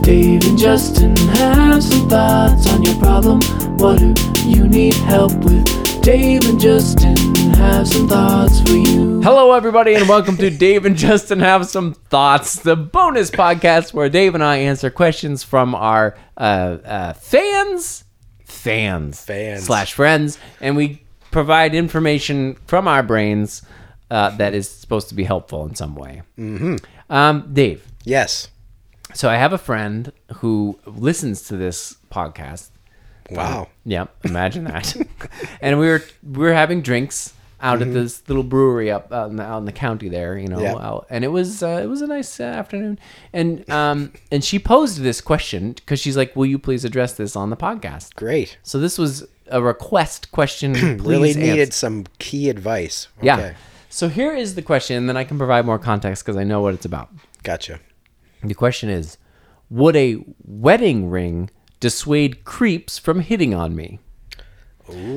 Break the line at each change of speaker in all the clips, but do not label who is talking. Dave and Justin have some thoughts on your problem. What do you need help with? Dave and Justin have some thoughts for you.
Hello, everybody, and welcome to Dave and Justin Have Some Thoughts, the bonus podcast where Dave and I answer questions from our uh, uh, fans, fans,
Fans.
slash friends, and we provide information from our brains uh, that is supposed to be helpful in some way. Mm-hmm. Um, Dave,
Yes.
so I have a friend who listens to this podcast.
Wow.
Yeah, imagine that. and we were we were having drinks out at this little brewery up out in the, out in the county there, you know,
Mm-hmm. Yeah.
out, and it was uh, it was a nice uh, afternoon. And um and she posed this question because she's like, "Will you please address this on the podcast?"
Great.
So this was a request question. Please
really
answer.
needed some key advice. Okay.
Yeah. So here is the question, and then I can provide more context because I know what it's about.
Gotcha.
The question is, would a wedding ring dissuade creeps from hitting on me?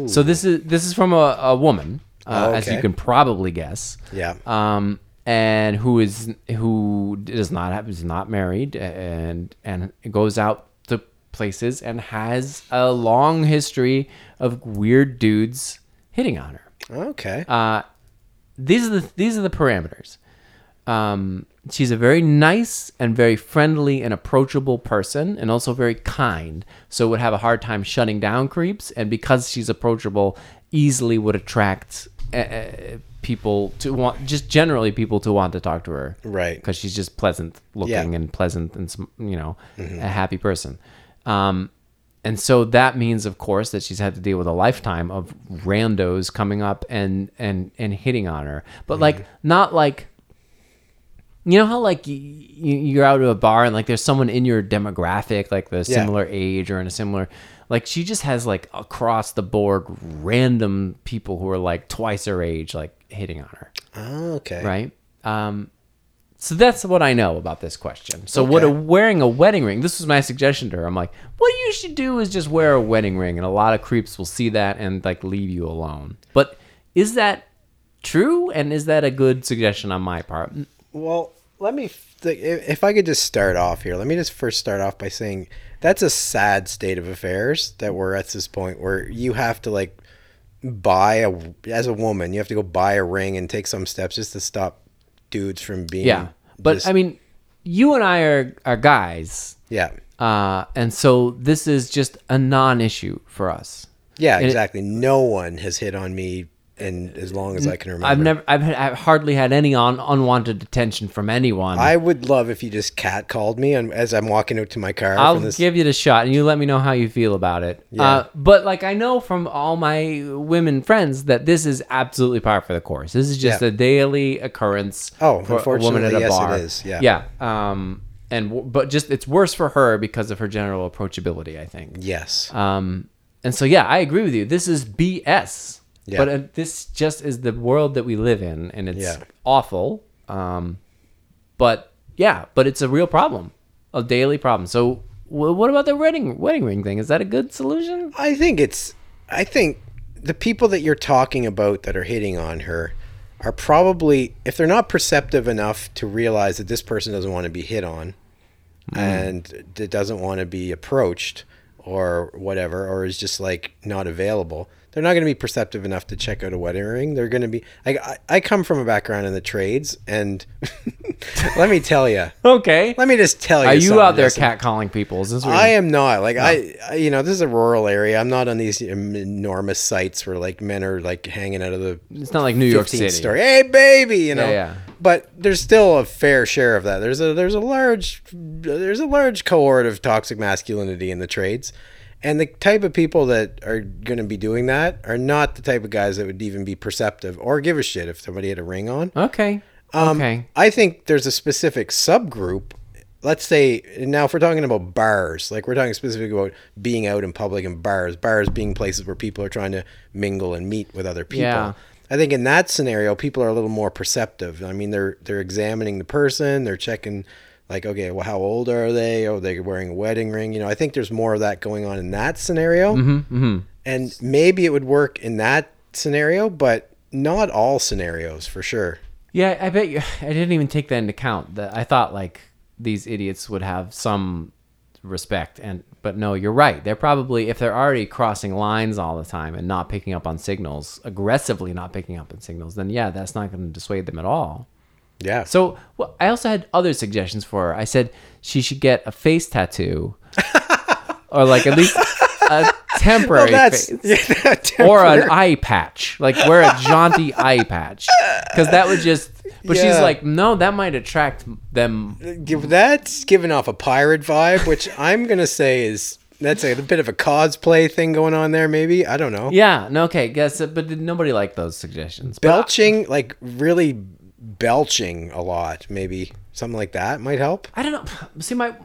So this is this is from a, a woman, uh, as you
Oh, Okay.
can probably guess.
Yeah.
Um, and who is who does not have is not married and and goes out to places and has a long history of weird dudes hitting on her
okay.
Uh, these are the these are the parameters. Um, she's a very nice and very friendly and approachable person, and also very kind. So would have a hard time shutting down creeps, and because she's approachable, easily would attract uh, uh, people to want just generally people to want to talk to her,
Right.
Because she's just pleasant looking
Yeah. Mm-hmm.
and pleasant and sm- you know a happy person. Um, and so that means, of course, that she's had to deal with a lifetime of randos coming up and and and hitting on her, but like
Mm-hmm.
not like. You know how like you, you're out to a bar and like there's someone in your demographic, like the
Yeah.
similar age or in a similar, like she just has like across the board random people who are like twice her age, like hitting on her
okay.
right? Um, so that's what I know about this question. So what a wearing a wedding ring. This was my suggestion to her. I'm like, what you should do is just wear a wedding ring, and a lot of creeps will see that and like leave you alone. But is that true? And is that a good suggestion on my part? Mm,
Well, let me. Th- if if I could just start off here, let me just first start off by saying that's a sad state of affairs that we're at this point where you have to like buy a as a woman, you have to go buy a ring and take some steps just to stop dudes from being.
Yeah, but
just-
I mean, you and I are are guys,
yeah,
uh, and so this is just a non-issue for us.
yeah,
it-
exactly. no one has hit on me, and as long as I can remember,
I've never, I've, had- I've hardly had any on, unwanted attention from anyone.
I would love if you just cat called me and as I'm walking out to my car.
I'll
from this,
give you the shot, and you let me know how you feel about it. Uh, but like I know from all my women friends that this is absolutely par for the course. This is just
Yeah.
a daily occurrence.
Oh,
for a woman at
unfortunately,
a
yes, it
bar.
is. Yeah.
yeah. Um, and w- but just it's worse for her because of her general approachability. I think.
yes,
Um, and so yeah, I agree with you. This is BS.
Yeah.
But uh, this just is the world that we live in, and it's
Yeah.
awful. Um, but yeah, but it's a real problem, a daily problem. So w- what about the wedding wedding ring thing? Is that a good solution?
I think it's. I think the people that you're talking about that are hitting on her are probably, if they're not perceptive enough to realize that this person doesn't want to be hit on and that doesn't want to be approached or whatever, or is just like not available, they're not going to be perceptive enough to check out a wedding ring. They're going to be. I, I, I come from a background in the trades, and let me tell you.
Okay.
Let me just tell you.
Are you
something,
out there
Justin.
catcalling people? Is this what
I
you're-
am not like I, I, you know, this is a rural area. I'm not on these em- enormous sites where like men are like hanging out of the
It's not like New York
15th
City.
story. Hey, baby, you know.
yeah.
But there's still a fair share of that. There's a there's a large there's a large cohort of toxic masculinity in the trades, and the type of people that are going to be doing that are not the type of guys that would even be perceptive or give a shit if somebody had a ring on.
Okay.
Um,
okay.
I think there's a specific subgroup. Let's say now, if we're talking about bars, like we're talking specifically about being out in public and bars, bars being places where people are trying to mingle and meet with other people.
Yeah.
I think in that scenario, people are a little more perceptive. I mean, they're they're examining the person, they're checking, like, okay, well, how old are they? Oh, they're wearing a wedding ring. You know, I think there's more of that going on in that scenario and maybe it would work in that scenario, but not all scenarios for sure.
Yeah, I bet you. I didn't even take that into account. That I thought like these idiots would have some respect and but no you're right they're probably if they're already crossing lines all the time and not picking up on signals aggressively not picking up on signals then yeah that's not going to dissuade them at all
Yeah.
so well, i also had other suggestions for her i said she should get a face tattoo or like at least a temporary
that's
face
yeah, that
or
temper-
an eye patch. Like wear a jaunty eye patch because that would just. But she's
Yeah.
like, no, that might attract them.
Give- that's giving off a pirate vibe, which I'm gonna say is that's a bit of a cosplay thing going on there. Maybe I don't know.
Yeah, no, okay, guess. But nobody liked those suggestions. But
Belching, like really belching a lot, maybe something like that might help.
I don't know. See, my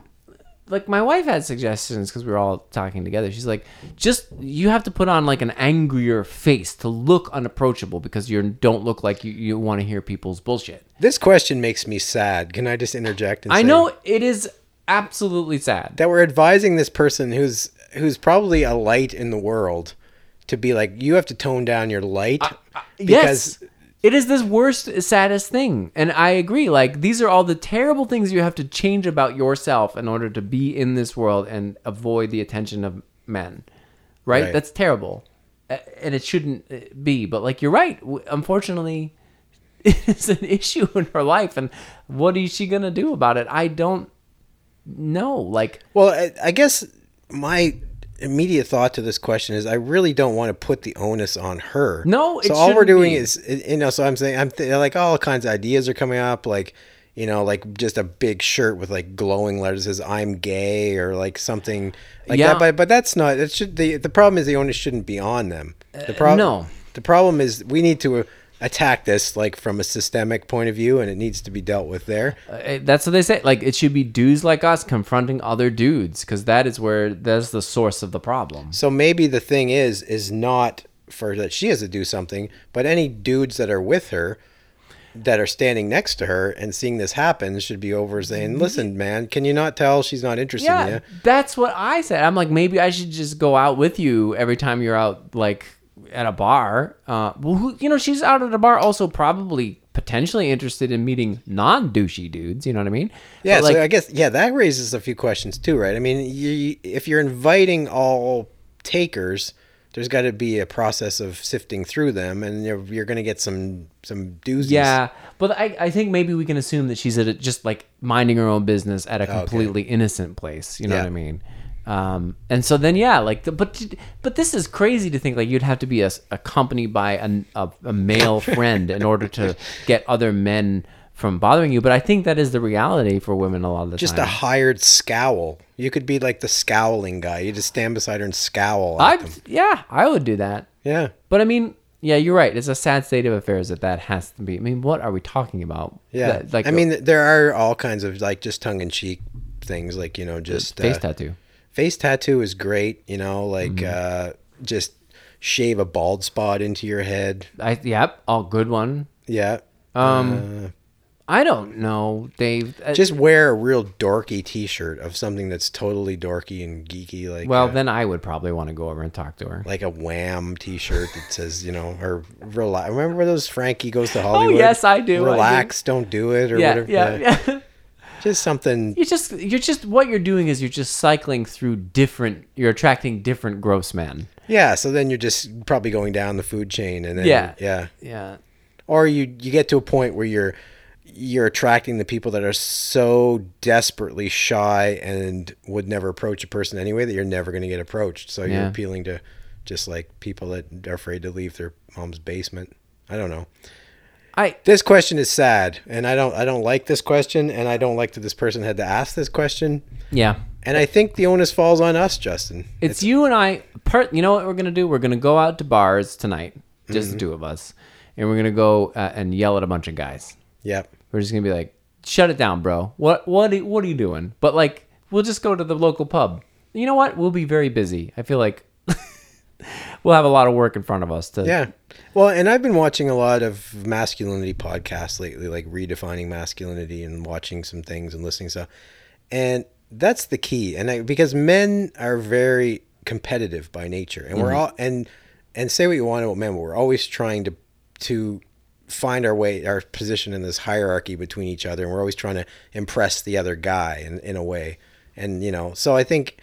like my wife had suggestions because we were all talking together. She's like, just you have to put on like an angrier face to look unapproachable because you don't look like you, you want to hear people's bullshit.
This question makes me sad. Can I just interject? And
I
say
know it is absolutely sad.
that we're advising this person who's who's probably a light in the world to be like you have to tone down your light because
Uh, yes. It is this worst, saddest thing. And I agree. Like, these are all the terrible things you have to change about yourself in order to be in this world and avoid the attention of men. Right?
Right.
That's terrible. A- And it shouldn't uh, be. But, like, you're right. W- Unfortunately, it's an issue in her life. And what is she going to do about it? I don't know. Like,
Well, I, I guess my immediate thought to this question is I really don't want to put the onus on her.
No, it
so all we're
shouldn't
doing
be.
is you know. So I'm saying I'm th- like all kinds of ideas are coming up, like you know, like just a big shirt with like glowing letters that says "I'm gay" or like something like
Yeah.
that. But but that's not. It should the the problem is the onus shouldn't be on them. The problem
Uh, no.
The problem is we need to. uh, Attack this like from a systemic point of view, and it needs to be dealt with there.
Uh, that's what they say. Like, it should be dudes like us confronting other dudes because that is where that's the source of the problem.
So maybe the thing is is not for that she has to do something, but any dudes that are with her that are standing next to her and seeing this happen should be over saying, "Listen, man, can you not tell she's not interested
Mm-hmm. Yeah,
in you?"
that's what I said. I'm like, maybe I should just go out with you every time you're out, like at a bar. Uh, well, who, you know, she's out at a bar, also probably potentially interested in meeting non douchey dudes. You know what I mean?
Yeah,
But, like,
so I guess yeah, that raises a few questions too, right? I mean, you, if you're inviting all takers, there's got to be a process of sifting through them, and you're, you're going to get some some doozies.
yeah, but I, I think maybe we can assume that she's at a, just like minding her own business at a completely innocent place. You know
Yeah.
what I mean? Um, and so then yeah, like the, but but this is crazy to think like you'd have to be as accompanied by an, a, a male friend in order to get other men from bothering you. But I think that is the reality for women a lot of the
Just a
time.
hired scowl. You could be like the scowling guy. You just stand beside her and scowl. At
I
them.
yeah, I would do that.
Yeah.
But I mean, yeah, you're right. It's a sad state of affairs that that has to be. I mean, what are we talking about?
Yeah.
That- like
I mean, th- there are all kinds of like just tongue in cheek things, like, you know, just
face
uh,
tattoo.
face tattoo is great, you know, like
Mm-hmm.
uh, just shave a bald spot into your head.
I yep, all good one.
Yeah.
Um, I don't know, Dave. Uh,
Just wear a real dorky t shirt of something that's totally dorky and geeky, like,
well,
uh,
then I would probably want to go over and talk to her.
like a wham t shirt that says, you know, or relax. Remember where those Frankie goes to Hollywood?
Oh, yes, I do, I do.
Relax, don't do it, or
yeah,
whatever.
yeah, yeah.
Just something.
You just, you're just, what you're doing is you're just cycling through different. You're attracting different gross men.
Yeah. So then you're just probably going down the food chain. And then,
Yeah.
Yeah.
Yeah.
or you you get to a point where you're you're attracting the people that are so desperately shy and would never approach a person anyway that you're never going to get approached. So you're
Yeah.
appealing to just like people that are afraid to leave their mom's basement. I don't know.
I
This question is sad, and I don't I don't like this question, and I don't like that this person had to ask this question.
yeah.
And I think the onus falls on us, Justin.
It's, you and I. Per, you know what we're gonna do? We're gonna go out to bars tonight, just
Mm-hmm.
the two of us, and we're gonna go uh, and yell at a bunch of guys.
Yep.
We're just gonna be like, shut it down, bro. What what are- what are you doing? But like, we'll just go to the local pub. You know what? We'll be very busy. I feel like we'll have a lot of work in front of us to.
Yeah. Well, and I've been watching a lot of masculinity podcasts lately, like redefining masculinity and watching some things and listening to stuff. And that's the key. And I, because men are very competitive by nature, and we're all and and say what you want about men, but we're always trying to to find our way, our position in this hierarchy between each other, and we're always trying to impress the other guy in, in a way. and you know so i think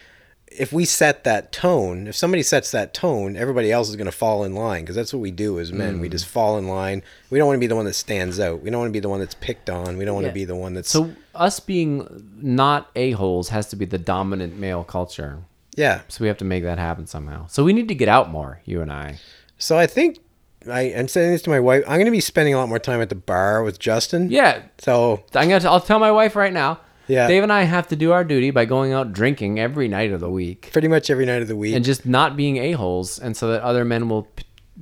if we set that tone if somebody sets that tone everybody else is going to fall in line because that's what we do as men
Mm.
we just fall in line we don't want to be the one that stands out we don't want to be the one that's picked on we don't want to
Yeah.
be the one that's
So us being not a holes has to be the dominant male culture.
yeah
So we have to make that happen somehow. So we need to get out more, you and I.
so i think I, i'm saying this to my wife i'm going to be spending a lot more time at the bar with justin
Yeah,
so
I'm gonna. I'll tell my wife right now.
Yeah.
Dave and I have to do our duty by going out drinking every night of the week
pretty much every night of the week
and just not being a holes, and so that other men will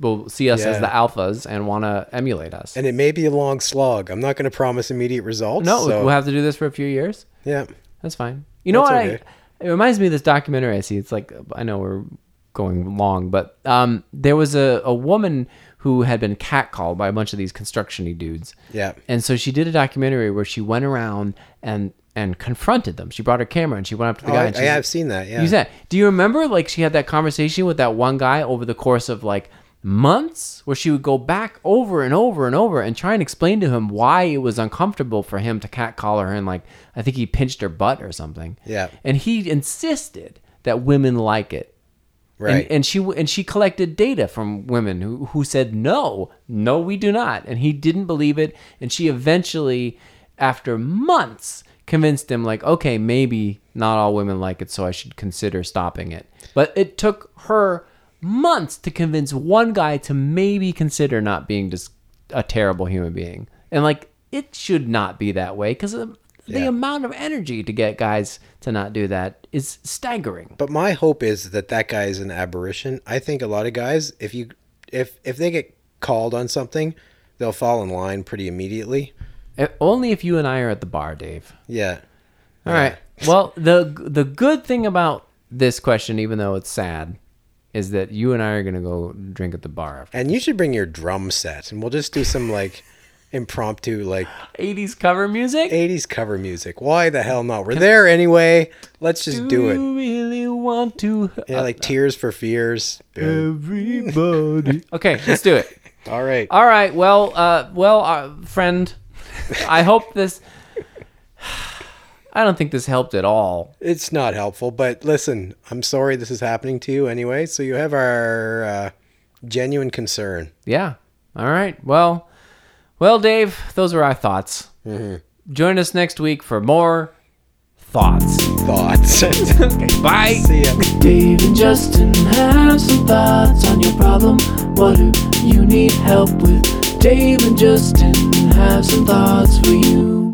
will see us as
Yeah.
the alphas and want to emulate us.
and it may be a long slog. I'm not going to promise immediate results.
no,
so-
we'll have to do this for a few years.
yeah,
That's fine. You know
That's
what?
okay.
I, it reminds me of this documentary I see. It's like I know we're going long, but um, there was a, a woman who had been catcalled by a bunch of these constructiony dudes.
Yeah.
And so she did a documentary where she went around and and confronted them. She brought her camera and she went up to the
oh,
guy.
I,
and
I
she
have seen that. Yeah,
You said, do you remember like she had that conversation with that one guy over the course of like months where she would go back over and over and over and try and explain to him why it was uncomfortable for him to catcall her and like I think he pinched her butt or something.
Yeah.
And he insisted that women like it.
right.
And, and she w- and she collected data from women who who said no, no, we do not, and he didn't believe it. And she eventually, after months, convinced him like, okay, maybe not all women like it, so I should consider stopping it. But it took her months to convince one guy to maybe consider not being just a terrible human being. And like, it should not be that way because the
Yeah.
amount of energy to get guys to not do that is staggering.
but my hope is that that guy is an aberration. I think a lot of guys, if you, if if they get called on something, they'll fall in line pretty immediately.
Uh, Only if you and I are at the bar, Dave.
Yeah,
All right. Well, the the good thing about this question, even though it's sad, is that you and I are gonna go drink at the bar after.
and you should bring your drum set, and we'll just do some like impromptu like
80s cover music.
80s cover music. Why the hell not? We're there anyway. Let's just do it.
You really want to?
Yeah, like Tears for Fears.
Everybody. okay, let's do it.
All right.
All right. Well, uh, well, uh, friend, I hope this. I don't think this helped at all.
It's not helpful, but listen, I'm sorry this is happening to you anyway. So you have our uh, genuine concern.
Yeah. All right. Well, well, Dave, those are our thoughts. Join us next week for more thoughts.
Thoughts.
Bye.
See ya.
Dave and Justin have some thoughts on your problem. What do you need help with? Dave and Justin have some thoughts for you.